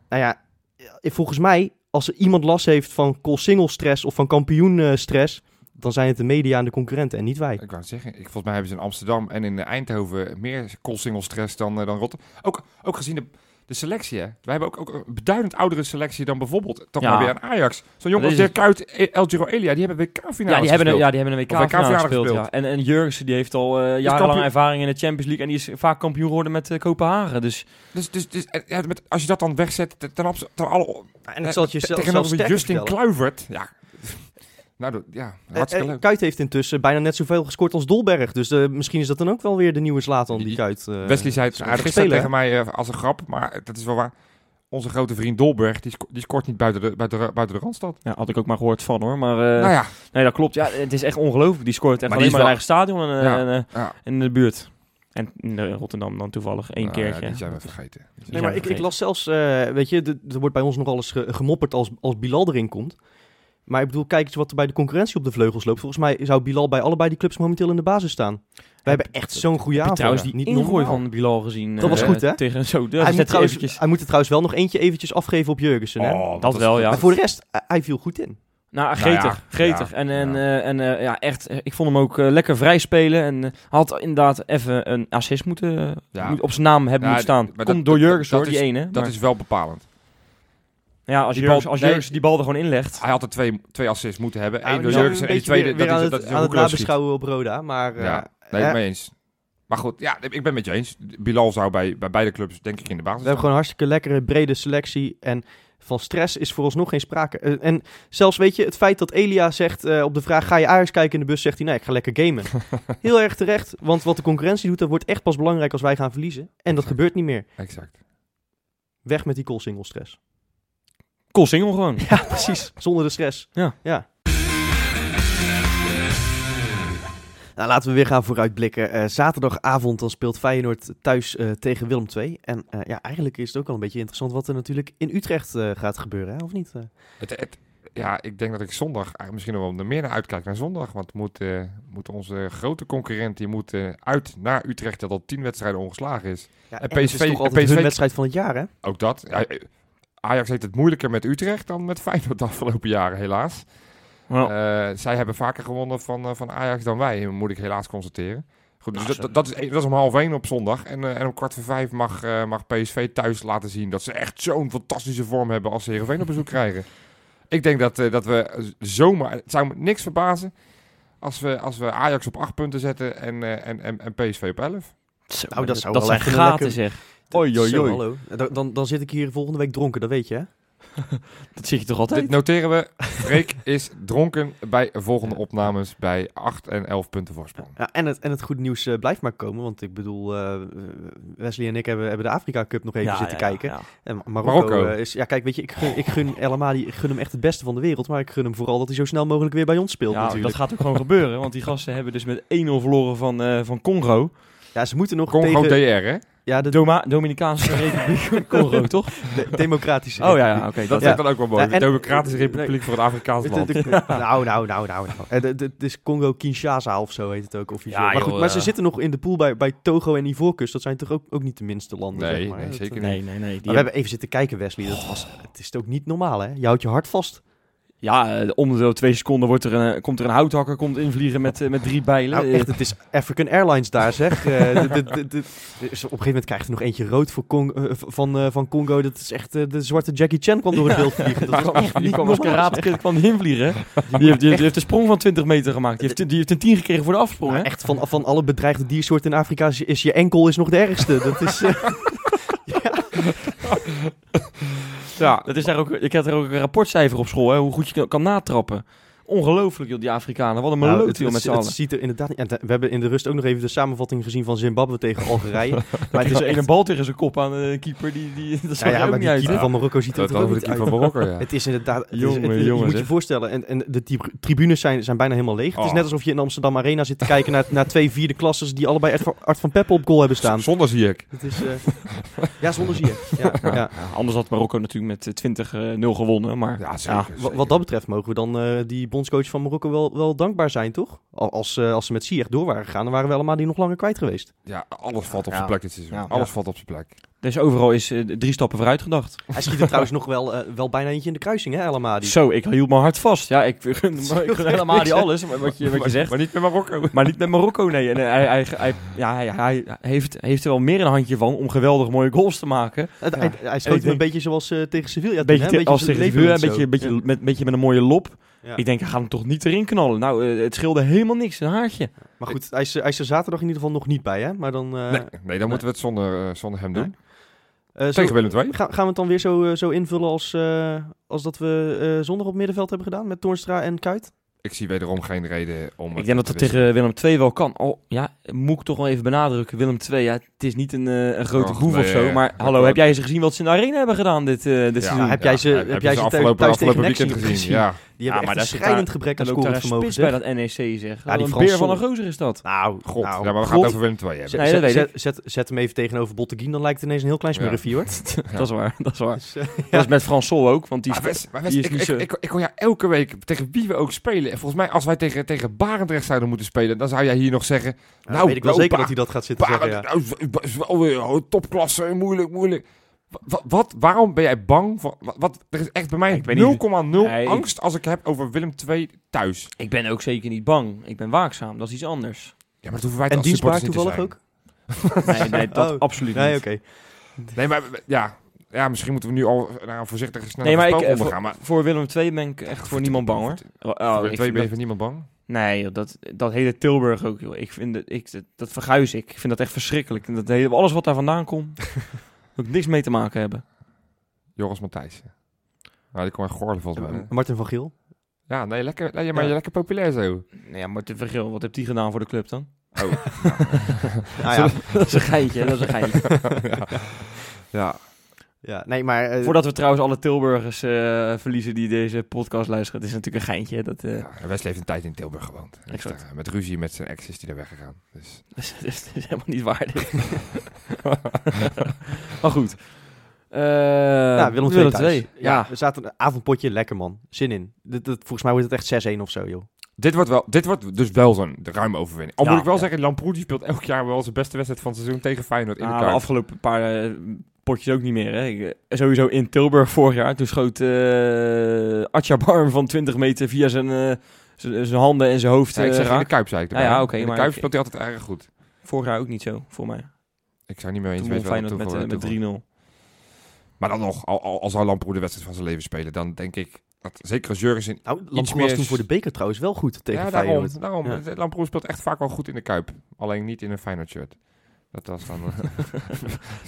Nou ja, eh, volgens mij, als er iemand last heeft van single stress of van kampioenstress, stress, dan zijn het de media en de concurrenten en niet wij.
Ik wou het zeggen, ik, volgens mij hebben ze in Amsterdam en in Eindhoven meer single stress dan, eh, dan Rotterdam. Ook, ook gezien de, de selectie, hè. Wij hebben ook, ook een beduidend oudere selectie dan bijvoorbeeld toch
Ja.
maar weer aan Ajax. Zo'n jongen
Dat
als
is
Dirk Kuyt, eh, El Giro Elia, die hebben WK-finale
Ja die, hebben een, ja, die hebben een
Of WK-finale
WK-finale gespeeld.
gespeeld.
Ja. En, en Jurgensen die heeft al eh, jarenlang
kampioen-
ervaring in de Champions League. En die is vaak kampioen geworden met eh, Kopenhagen. Dus
Dus, dus, dus eh, ja, met, als je dat dan wegzet ten, ten, abs- ten alle...
En ik zal het je zelf
eh,
zelfs
tegenover
sterker
Justin
vertellen.
Kluivert. Ja, nou, dat- ja hartstikke
Eh, eh,
leuk.
Kuyt heeft intussen bijna net zoveel gescoord als Dolberg. Dus eh, misschien is dat dan ook wel weer de nieuwe Slatan die
Die-
Kuyt... eh,
Wesley zei het
zo'n
aardig
speler,
gisteren tegen mij eh, als een grap, maar eh, dat is wel waar. Onze grote vriend Dolberg, die, sco- die scoort niet buiten de, buiten de, buiten de Randstad.
ja, had ik ook maar gehoord van hoor. Maar eh,
nou ja,
nee, dat klopt. Ja, het is echt ongelooflijk. Die scoort echt
Maar
alleen
die
maar in
is
eigen stadion en, eh,
Ja.
en, eh,
ja.
in de buurt. En in eh, Rotterdam dan toevallig één
Nou ja,
keertje.
die zijn we vergeten. Die zijn
Nee,
we
maar ik, ik
vergeten.
las zelfs, eh, weet je, d- er wordt bij ons nogal eens ge- gemopperd als, als Bilal erin komt. Maar ik bedoel, kijk eens wat er bij de concurrentie op de vleugels loopt. Volgens mij zou Bilal bij allebei die clubs momenteel in de basis staan. We hebben echt zo'n goede
Heb je
avond.
trouwens die
niet
ingooi
normaal.
van Bilal gezien?
Dat was
eh,
goed, hè?
Tegen zo. Dat
hij,
is
moet
net
trouwens,
eventjes.
hij moet er trouwens wel nog eentje eventjes afgeven op Jurgensen. hè?
Oh,
Dat wel, ja.
Maar voor de rest, eh, hij viel goed in.
Nou,
Nou ja,
gretig, gretig.
ja,
en en,
ja.
eh, en eh, ja, echt, eh, ik vond hem ook eh, lekker vrij spelen. En eh, had inderdaad even een assist moeten, eh,
Ja.
moet- op zijn naam hebben
Ja,
moeten staan.
d- maar
Komt
dat-
door
dat-
Jurgens
dat
hoor, die
is-
ene.
Dat
maar-
is wel bepalend.
ja, als
die
Jurgens
bal-
als
nee.
Jurgens die bal er gewoon inlegt.
Hij had er twee, twee assists moeten hebben.
Ja,
Eén
maar
door
Nou, die
Jurgens en
zijn
één
een beetje
tweede.
weer-
Dat
weer
is,
aan het,
dat
aan
is een
het
roekeloos schiet.
nabeschouwen op Roda, maar... eh,
Ja, Nee,
eh,
mee eens. Maar goed, ja, ik ben met je eens. Bilal zou bij, bij beide clubs denk ik in de
We
basis
hebben gewoon een hartstikke lekkere, brede selectie. En van stress is voor ons nog geen sprake. Eh, en zelfs, weet je, het feit dat Elia zegt eh, op de vraag... ga je Ajax kijken in de bus? Zegt hij, nee, ik ga lekker gamen. Heel erg terecht, want wat de concurrentie doet... dat wordt echt pas belangrijk als wij gaan verliezen. En dat gebeurt niet meer.
staan. Exact.
Weg met die call single stress.
Cool single gewoon.
Ja, precies. Zonder de stress.
Ja.
ja. Nou, laten we weer gaan vooruitblikken. Eh, zaterdagavond dan speelt Feyenoord thuis eh, tegen Willem II. En eh, ja, eigenlijk is het ook al een beetje interessant wat er natuurlijk in Utrecht eh, gaat gebeuren, hè? of niet? Eh,
Het, het- ja, ik denk dat ik zondag eigenlijk misschien nog wel meer naar uitkijk naar zondag. Want moet, eh, moet onze grote concurrent, die moet eh, uit naar Utrecht dat al tien wedstrijden ongeslagen is.
Eh,
Ja,
En
en het
PSV
is toch altijd
PSV
hun wedstrijd van het jaar, hè?
Ook dat. Ja, eh, Ajax heeft het moeilijker met Utrecht dan met Feyenoord de afgelopen jaren, helaas.
Nou,
Eh, zij hebben vaker gewonnen van, eh, van Ajax dan wij, moet ik helaas constateren. Goed, dus
Nou,
dat,
ze-
dat, dat is, één- dat is om half één op zondag. En, eh, en om kwart voor vijf mag, eh, mag PSV thuis laten zien dat ze echt zo'n fantastische vorm hebben als ze Heerenveen op bezoek krijgen. Ik denk dat, eh, dat we zomaar... Het zou me niks verbazen als we, als we Ajax op acht punten zetten en, eh, en, en, en PSV op elf.
zo,
Nou, dat zou
dat
wel
zijn
echt een
gaten
lekker-
zeg.
Oei, oei,
Zo,
oei.
hallo. Dan, dan, dan zit ik hier volgende week dronken, dat weet je, hè?
Dat zie je toch
Dit
altijd?
noteren we. Freek is dronken bij volgende opnames bij 8 en 11 punten voorsprong.
Ja, en, het, en het goede nieuws eh, blijft maar komen, want ik bedoel, eh, Wesley en ik hebben, hebben de Afrika Cup nog even
Ja,
zitten
ja, ja,
kijken.
ja.
En Mar- Marokko,
Marokko.
eh, is, ja kijk, weet je, ik gun, ik gun El Amadi, ik gun hem echt het beste van de wereld, maar ik gun hem vooral dat hij zo snel mogelijk weer bij ons speelt
Ja,
natuurlijk.
dat gaat ook gewoon gebeuren. Want die gasten hebben dus met 1-0 verloren van, eh, van Congo.
Ja, ze moeten nog
Congo
tegen
DR, hè?
ja, de,
De Doma- Dominicaanse Republiek Congo, toch?
de- democratische
Oh ja, ja, oké.
Dat
dat-
is
Ja.
dan ook wel mooi.
Ja,
de
en-
Democratische
Nee.
Republiek voor het Afrikaans
De-
land.
de- de- nou, nou, nou, nou. nou. Eh, de- de- Het is Congo-Kinshasa of zo heet het ook officieel.
Ja,
maar goed,
joh,
maar ze
eh.
zitten nog in de pool bij, bij Togo en Ivoorkust. Dat zijn toch ook, ook niet de minste landen,
Nee,
zeg maar.
nee,
Dat,
zeker
eh,
niet.
Nee, nee, nee.
Maar
Die
we hebben even zitten kijken, Wesley. Dat was, het is ook niet normaal, hè? Je houdt je hart vast.
Ja, eh, om de twee seconden wordt er een, eh, komt er een houthakker komt invliegen met, eh, met drie bijlen.
Nou, echt, het is African Airlines daar, zeg. Eh, de- de- de- de- dus op een gegeven moment krijgt er nog eentje rood voor Cong- eh, van, eh, van Congo. Dat is echt... eh, de zwarte Jackie Chan kwam door het beeld vliegen. Dat was echt
Eh, die
niet
kwam als
normaal, zeg.
karatekind kwam die invliegen. Die heeft, die, heeft, die heeft een sprong van 20 meter gemaakt. Die heeft, die heeft een 10 gekregen voor de afsprong, hè?
Maar echt, van, van alle bedreigde diersoorten in Afrika is, is je enkel is nog de ergste. Dat is... eh,
Ja,
Dat is daar ook, ik had er ook een rapportcijfer op school, hè, hoe goed je kan, kan natrappen. Ongelooflijk, joh, die Afrikanen. Wat een
Nou,
meloot,
het,
joh,
het-
met z'n
het
allen.
ziet er inderdaad niet- en te- We hebben in de rust ook nog even de samenvatting gezien van Zimbabwe tegen Algerije. maar het
Het
is
is een
echt...
bal tegen zijn kop aan de keeper. Die, die, dat zag
Nou ja,
er
maar
ook niet
die
uit.
keeper
hè?
van Marokko ziet er
dat
toch ook
over de
niet uit.
keeper van Marokko, ja.
Het is inderdaad... het is-
Jongen,
het- je
jongen,
moet je
zeg.
voorstellen, en, en de tri- tribunes zijn, zijn bijna helemaal leeg. Het is
Oh.
net alsof je in de Amsterdam Arena zit te kijken naar, naar twee vierde klassers die allebei Art van, Art van Peppel op goal hebben staan.
Z- Zonder zie ik.
Het is, eh, ja, zonder zie je. Ja, ja.
Ja, anders had Marokko natuurlijk met eh, 20-0 gewonnen, maar...
Ja, zeker.
Wa-
zeker.
Wat dat betreft mogen we dan eh, die bondscoach van Marokko wel, wel dankbaar zijn, toch? Al- Als, eh, als ze met Ziyech door waren gegaan, dan waren we allemaal die nog langer kwijt geweest.
Ja, alles valt op
Ja.
zijn plek dit seizoen.
Ja.
Alles
Ja.
valt op zijn plek.
Dus overal is eh, drie stappen vooruit gedacht.
Hij schiet er trouwens nog wel, eh, wel bijna eentje in de kruising, hè, El Amadi?
Zo, ik hield mijn hart vast. Ja, ik gun, maar ik gun helemaal niet alles, maar wat je, wat je
Maar-
zegt.
Maar niet met Marokko.
Maar niet met Marokko, nee. En eh, hij, hij, hij- ja, hij, hij heeft, heeft er wel meer een handje van om geweldig mooie goals te maken.
Het- Hij, hij
Ik
schoot hem
denk-
een beetje zoals eh, tegen Sevilla. toen,
Een beetje,
hè?
te- als
zijn
tegen de
leverend
een beetje,
zo.
beetje, met, beetje met een mooie lop.
Ja.
Ik denk, hij gaat hem toch niet erin knallen. Nou, eh, het scheelde helemaal niks, een haartje.
Maar goed, hij is, hij is er zaterdag in ieder geval nog niet bij, hè? Maar dan... eh,
Nee, nee, dan moeten we het zonder, eh, zonder hem
Nee.
doen.
eh, zo-
Tegen Willem II.
Ga- gaan we het dan weer zo, eh, zo invullen als, eh, als dat we eh, zondag op middenveld hebben gedaan met Toornstra en Kuit?
Ik zie wederom geen reden om
Ik denk dat
te
het tegen Willem II wel kan. Oh, ja, moet ik toch wel even benadrukken. Willem II, ja, het is niet een, eh, een grote
Och,
groef
nee,
of zo.
eh,
Maar
dat
hallo,
wel-
heb jij eens gezien wat ze in de arena hebben gedaan dit, eh, dit
Ja,
seizoen?
heb jij ze-
Ja,
heb jij ze
afgelopen,
thuis tegen
afgelopen
Nexie
weekend gezien?
gezien?
Ja.
Die
maar
hebben
daar
echt een
zit
schrijnend
daar-
gebrek aan
Dan loopt daar een
scorevermogen.
spits
zeg.
bij dat NEC, zeg. Wat
die
een
Frans
beer van een
Sol.
gozer is dat.
Nou,
God,
nou,
ja, maar we gaan
God.
het over Willem II hebben.
Zet,
Nee, dat
zet-
weet ik.
zet, zet, zet hem even tegenover Botteguin, dan lijkt het ineens een heel klein
Ja.
smurfje, hoor.
Dat is waar, dat is waar.
Dus, eh,
Dat is met Frans Sol ook, want die
Maar
spe-
Wes- maar Wes,
die is
ik,
niet
ik,
zo-
ik, ik hoor jou elke week tegen wie we ook spelen. En volgens mij, als wij tegen, tegen Barendrecht zouden moeten spelen, dan zou jij hier nog zeggen...
nou, weet ik wel
nou,
zeker
pa-
dat hij dat gaat zitten zeggen,
Barend,
ja.
nou, is wel weer, oh, topklasse, moeilijk, moeilijk. Wa- wa- wat, waarom ben jij bang voor... wa- Wat, er is echt bij mij
Ik ben niet-
0,0
Nee, ik-
angst als ik heb over Willem 2 thuis.
Ik ben ook zeker niet bang. Ik ben waakzaam. Dat is iets anders.
Ja, maar dat hoeven wij
En
als
dienstbaar
supporters niet te
toevallig
zijn.
ook?
Nee, nee dat
Oh.
absoluut niet.
Nee, oké.
Nee, maar we- ja, ja, misschien moeten we nu al eh, nou, naar een voorzichtige, snelle
Nee, maar ik, eh,
spel gaan. Maar
Voor Willem II ben ik echt voor niemand bang hoor. Oh,
voor
ik
Willem II
vind
ben je
dat-
van niemand bang?
Nee, joh, dat, dat hele Tilburg ook, joh. Ik vind het, ik, dat, dat verguis ik. Ik vind dat echt verschrikkelijk. En Dat hele, alles wat daar vandaan komt, moet ik niks mee te maken hebben.
Joris Matthijssen. Nou, die kwam uit Gorle volgens mij.
Martin van Giel.
Ja, nee, lekker, nee, maar
Ja.
je lekker populair zo.
Nou ja, Martin Vergil, wat heeft die gedaan voor de club dan? Ah
Nou ja,
dat is een geintje, dat is een geintje.
ja. ja.
ja, nee, maar... eh,
Voordat we trouwens alle Tilburgers eh, verliezen die deze podcast luisteren. Het is natuurlijk een geintje. Dat, eh,
Ja, Wesley heeft een tijd in Tilburg gewoond. En is
Exact.
daar met ruzie met zijn ex is die daar weggegaan. Dus.
Dus dat is, dat is helemaal niet waar. dit. maar goed. Eh
nou, Willem II thuis.
II. Ja.
we zaten een avondpotje, lekker man. Zin in. Dit, dit- volgens mij wordt het echt 6-1 of zo, joh.
Dit, wordt wel, dit wordt dus wel zo'n ruime overwinning. Al
Ja,
moet ik wel
ja.
zeggen, Lamproe die speelt elk jaar wel zijn beste wedstrijd van het seizoen tegen Feyenoord in
Nou,
de
de
kaart.
afgelopen paar eh, potjes ook niet meer. Hè. Ik, eh, sowieso in Tilburg vorig jaar. Toen schoot eh Atja Barm van 20 meter via zijn, eh, zijn zijn handen en zijn hoofd
Ja, ik
eh,
zeg in de
raak.
Kuip, zei ik
Ja,
erbij.
ja, oké,
in de
maar
Kuip
ik-
speelt hij altijd erg goed.
Vorig jaar ook niet zo, voor mij.
Ik zou niet meer eens
Toen won
weten wat
Feyenoord met,
toeval-
eh, met
toeval-
3-0.
Maar dan nog, al, al, al zou Lamproe de wedstrijd van zijn leven spelen, dan denk ik, dat, zeker als Jurgensen
Nou, Lamproe was
meer-
toen voor de beker trouwens wel goed tegen
ja, daarom,
Feyenoord.
daarom.
Ja.
Lamproe speelt echt vaak wel goed in de Kuip. Alleen niet in een Feyenoord shirt. Dat was dan... eh,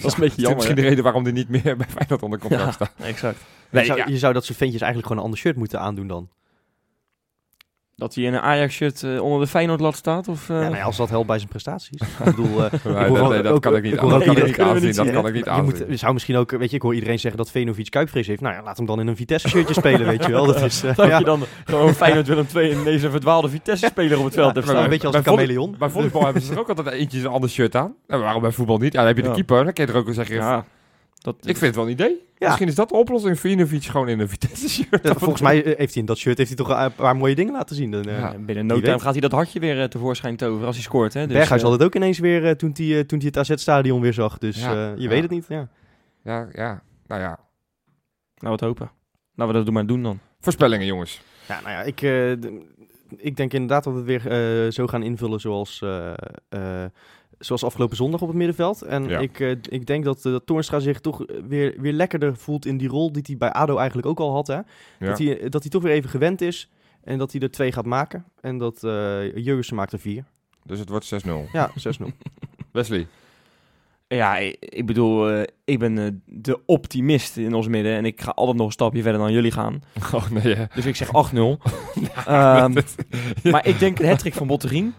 Dat is een beetje jammer.
misschien de reden waarom die niet meer bij Feyenoord onder contract
Ja.
staat.
hè. Exact.
Nee,
je, zou,
ja.
je zou dat soort ventjes eigenlijk gewoon een ander shirt moeten aandoen dan.
Dat hij in een Ajax-shirt eh, onder de Feyenoord-lat staat? Of, eh,
Ja, nou ja, als dat helpt bij zijn prestaties. ik bedoel, eh, hoor
Nee, dat,
wel-
nee, dat
ook-
kan ik niet
ik
aan-
hoor
dat
ook
kan
niet-
ik niet
kunnen we
aanzien.
niet
Dat
zien,
kan ik niet
je moet,
aanzien.
je zou misschien ook, weet je, ik hoor iedereen zeggen dat Venovic kuipvrees heeft. Nou ja, laat hem dan in een Vitesse shirtje spelen, weet je wel. Dat is, eh,
Dat
ja,
je dan gewoon Feyenoord Willem II en deze verdwaalde Vitesse-speler op het veld hebt
maar
een
staan.
beetje als een
Bij volle-
chameleon.
Bij voetbal hebben ze er ook altijd eentje een ander shirt aan. En waarom bij voetbal niet? Ja, dan heb je de
Ja.
keeper. Dan kun je er ook wel zeggen,
Ja, dat,
ik vind het wel een idee.
Ja.
Misschien is dat de oplossing. Vinovic gewoon in een Vitesse shirt.
Ja, volgens mij eh, heeft hij in dat shirt heeft hij toch een paar mooie dingen laten zien. Dan, eh,
Ja.
binnen
Wie
no time
weet.
gaat hij dat hartje weer eh, tevoorschijn toveren als hij scoort. Hè? Dus,
Berghuis
eh,
had het ook ineens weer eh, toen hij eh, toen hij het AZ-stadion weer zag. Dus
Ja,
eh, je
ja.
weet het niet, ja.
Ja, ja. Nou ja.
Nou, wat hopen. Laten we dat maar doen dan.
Voorspellingen, jongens.
Ja, nou ja, ik, eh, d- ik denk inderdaad dat we het weer eh, zo gaan invullen zoals, eh, eh, zoals afgelopen zondag op het middenveld. En
Ja.
ik, eh, ik denk dat, eh, dat Toornstra zich toch eh, weer, weer lekkerder voelt in die rol die hij bij ADO eigenlijk ook al had. Hè?
Ja.
Dat, hij, eh, dat hij toch weer even gewend is en dat hij er twee gaat maken. En dat eh Jurgensen maakt er vier.
Dus het wordt 6-0.
Ja, 6-0.
Wesley.
Ja, i- ik bedoel, eh, ik ben eh, de optimist in ons midden. En ik ga altijd nog een stapje verder dan jullie gaan.
Oh nee, hè.
Dus ik zeg 8-0. Ehm, maar ik denk de hattrick van Botterien.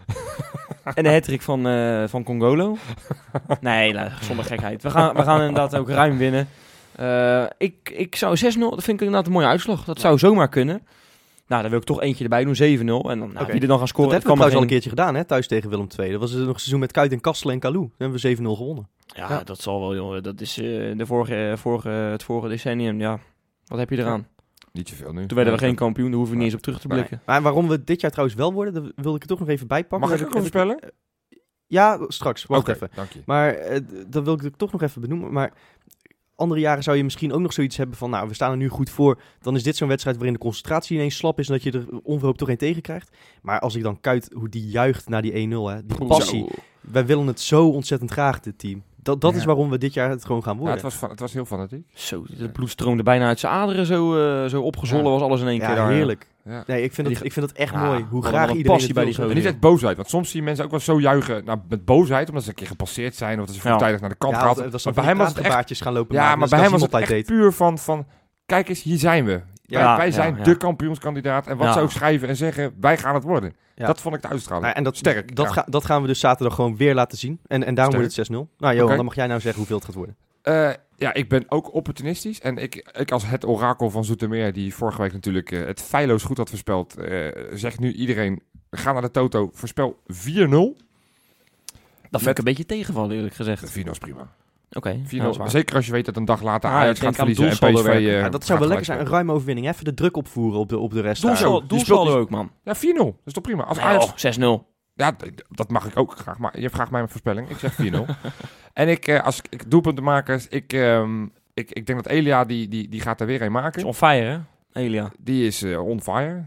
en de hattrick van, eh, van Congolo. Nee, nou, zonder gekheid. We gaan, we gaan inderdaad ook ruim winnen. Eh, ik, ik zou 6-0, dat vind ik inderdaad een mooie uitslag. Dat zou zomaar kunnen. Nou, dan wil ik toch eentje erbij doen, 7-0. En dan, nou,
Oké.
wie er dan gaan
dat
scoren,
hebben we
kan
trouwens
maar
al een
geen-
keertje gedaan, hè, thuis tegen Willem II. Dat was eh, nog een seizoen met Kuit en Kastelen en Kalou. Dan hebben we 7-0 gewonnen.
Ja,
Ja.
dat zal wel, jongen. Dat is eh, de vorige, vorige, het vorige decennium, ja. Wat heb je eraan?
Niet zoveel nu.
Toen werden we geen kampioen, daar hoeven we niet eens op terug te
Nee.
blikken.
Maar waarom we dit jaar trouwens wel worden, dat wilde ik er toch nog even bij pakken.
Mag ik
Heb
ook een
heb
spellen?
Ja, straks. Wacht
Oké,
even.
dank je.
Maar eh, d- dat wil ik natuurlijk toch nog even benoemen. Maar andere jaren zou je misschien ook nog zoiets hebben van... nou, we staan er nu goed voor. Dan is dit zo'n wedstrijd waarin de concentratie ineens slap is... en dat je er onverhoopt toch geen tegen krijgt. Maar als ik dan kuit hoe die juicht naar die 1-0, hè, die passie.
Zo.
Wij willen het zo ontzettend graag, dit team. Dat, dat
Ja.
is waarom we dit jaar het gewoon gaan
Ja,
worden.
het, was fa- het was heel fanatiek.
Zo, het bloed stroomde bijna uit zijn aderen, zo, eh, zo opgezwollen
Ja.
was alles in één
Ja,
keer daar.
heerlijk.
Ja.
Nee, ik vind,
Die
het, ik vind het echt
Ah,
mooi. Hoe
wat
graag
een
iedereen
passie
het
bij
wil
die
zo.
En
gozer.
niet uit boosheid, want soms zien mensen ook wel zo juichen nou, met boosheid, omdat ze een keer gepasseerd zijn of dat ze
Ja.
vroegtijdig naar de kant
Ja,
gaat.
want, eh, dat ze
Maar
van
bij hem was het echt,
baardjes gaan lopen
ja,
maken,
maar
dat
bij
is
hem
dat
was het
iemand
echt
altijd
puur van, van, kijk eens, hier zijn we. Wij,
Ja,
wij
ja,
zijn
ja.
de kampioenskandidaat en wat
Ja.
ze ook schrijven en zeggen, wij gaan het worden.
Ja.
Dat vond ik de uitstraling.
Nou, en dat,
Sterk,
Dat,
ja.
ga- dat gaan we dus zaterdag gewoon weer laten zien. En, en daarom
Sterk.
wordt het 6-0. Nou Johan,
Oké.
dan mag jij nou zeggen hoeveel het gaat worden.
Eh, ja, ik ben ook opportunistisch. En ik, ik als het orakel van Zoetermeer, die vorige week natuurlijk eh, het feilloos goed had voorspeld, eh, zegt nu iedereen, ga naar de Toto, voorspel 4-0. 4-0
Dat vind ik een beetje tegenvallen, eerlijk gezegd. Oké,
is prima.
ja, dat is waar.
Zeker als je weet dat een dag later
Ah,
Ajax
ik denk
gaat
aan
verliezen en PSV...
doelsaldo werken.
eh,
Ja, dat zou wel
gaat
lekker zijn.
gelijk
Een ruime overwinning. Even de druk opvoeren op de, op de rest. daar.
Doelsaldo,
die
doelsaldo
speelt-
ook, man.
spelen. Ja, 4-0. Dat is toch prima. Als
Nee,
Ajax...
oh, 6-0.
Ja, d- d- dat mag ik ook graag. Maar je vraagt mij mijn voorspelling. Ik zeg 4-0. en ik, eh, als ik, ik doelpunten maak, ik, ehm, Ik, ik denk dat Elia, die, die, die gaat er weer een
Is
maken.
on fire, hè? Elia.
Die is eh, on fire.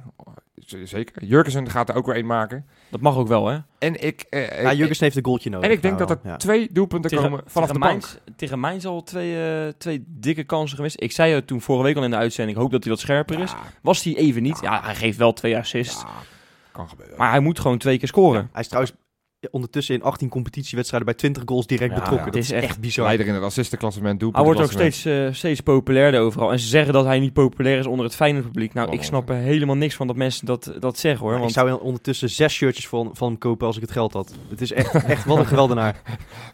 Z- Zeker. Jurgensen gaat er ook weer een maken.
Dat mag ook wel, hè?
En ik... eh, eh,
Ja, Jurgensen heeft een goaltje nodig.
en ik denk
nou
dat er
wel, ja.
twee doelpunten komen vanaf de
tegen
bank.
Mainz- tegen mij al twee, eh, twee dikke kansen geweest. Ik zei het toen vorige week al in de uitzending. Ik hoop dat hij wat scherper is.
Ja,
Was hij even niet. Ja, hij geeft wel twee assists.
ja, kan gebeuren.
Maar hij moet gewoon twee keer scoren.
Hij is trouwens ondertussen in 18 competitiewedstrijden bij 20 goals direct
Ja,
betrokken.
ja.
Dat
Het
is
is echt
echt bizar.
Leider in het
Hij
assistenklassement, doelpunten
wordt ook steeds, eh, steeds populairder overal. En ze zeggen dat hij niet populair is onder het fijne publiek. Nou, ik
Allemaal.
snap er helemaal niks van dat mensen dat, dat zeggen hoor.
Oh, Ik
Want
zou ondertussen zes shirtjes van, van hem kopen als ik het geld had. Het is echt, echt wat een geweldenaar.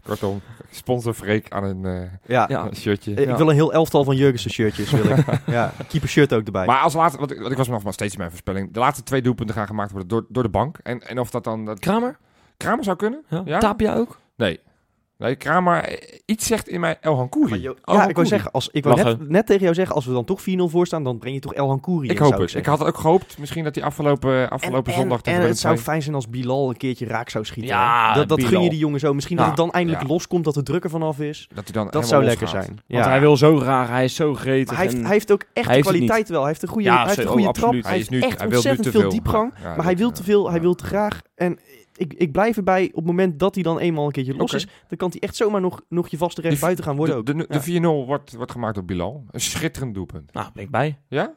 Kortom, sponsor Freek aan een eh,
Ja.
Ja.
een shirtje.
Eh, Ik
Ja.
wil een heel elftal van Jurgensen shirtjes. Wil ik. ja. Keeper shirt ook erbij.
Maar als laatste, want ik, want ik was nog maar steeds in mijn voorspelling. De laatste twee doelpunten gaan gemaakt worden door, door de bank. En, en of dat dan dat
Kramer?
Kramer zou kunnen?
Ja?
Ja?
Tapia ook?
Nee. Nee, Kramer, eh, iets zegt in mij El
Maar
Hankouri.
Jo- ja,
El
ik wou
Hankouri.
zeggen, oh, als, ik wou net,
Lachen.
net tegen jou zeggen, als we dan toch 4-0 voor staan, dan breng je toch El Hankouri
Ik
in,
hoop
zou
het. Ik
zeggen.
had ook gehoopt misschien dat hij afgelopen, afgelopen
en,
zondag...
en,
tegen
en het zou
Willem
fijn zijn als Bilal een keertje raak zou schieten.
Ja,
hè? dat dat
Bilal.
gun je die jongen zo. Misschien
Ja,
dat het dan eindelijk
ja.
loskomt, dat de druk er vanaf is.
II, Dat, hij dan
Dat
helemaal
zou lekker
losgaat.
zijn. Ja.
Want hij wil zo graag. Hij is zo
Maar
gretig.
hij, heeft,
en-
hij heeft ook echt
Hij heeft het
kwaliteit wel. Hij heeft een goede,
Ja,
hij heeft een
zo-
goede
oh,
trap.
absoluut.
Hij
Hij is
heeft
nu,
echt
hij wil nu
ontzettend
te
veel diepgang.
Ja, ja,
Maar hij wil
ja.
te veel, hij
Ja.
wil te graag. En ik, ik blijf erbij, op het moment dat hij dan eenmaal een keertje los
Oké.
is, dan kan hij echt zomaar nog, nog je vaste
Die
recht
v-
buiten gaan worden
De,
ook.
de, de
Ja.
4-0 wordt, wordt gemaakt door Bilal. Een schitterend doelpunt.
Nou, ben ik bij.
Ja?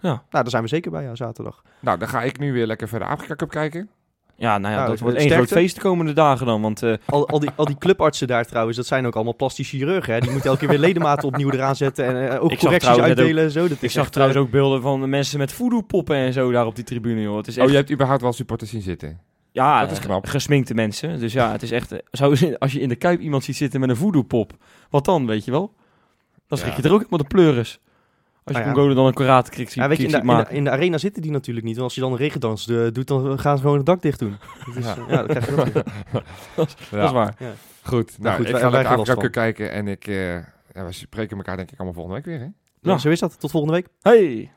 Nou, daar zijn we zeker bij, ja, zaterdag.
Nou, dan ga ik nu weer lekker verder Afrika Cup kijken.
Ja, nou ja,
Nou,
dat wordt één
sterkte.
groot feest de komende dagen dan. Want eh,
Al, al, die, al die clubartsen daar trouwens, dat zijn ook allemaal plastisch chirurgen. Hè? Die moeten elke keer weer ledematen opnieuw eraan zetten en eh, ook
Ik zag
correcties
trouwens net
uitdelen. en zo. Dat eh,
ik zag trouwens ook beelden van de mensen met voodoo-poppen en zo daar op die tribune, joh. Het is echt,
Oh, je hebt überhaupt wel supporters zien zitten.
ja,
dat is
eh,
knap.
gesminkte mensen. Dus ja, het is echt... eh, Zo, als je in de Kuip iemand ziet zitten met een voodoo-pop, wat dan, weet je wel? Dan schrik
Ja.
je er ook helemaal de pleuris. Als je
Nou ja.
Congo dan een karate-krik ziet,
Ja, weet je, in
kick
de,
ziet
in, de,
maken.
in de arena zitten die natuurlijk niet. Want als je dan een regendans eh, doet, dan gaan ze gewoon het dak dicht doen. Dat is,
Ja.
eh, ja, dat krijg je dat weer.
Ja.
Dat is waar.
Goed, nou,
goed,
ik
wij- wij
ga lekker
gaan
Afrika
last
Cup kijken en ik... eh ja, we spreken elkaar denk ik allemaal volgende week weer, hè?
Nou,
Ja.
Zo is dat. Tot volgende week.
Hey!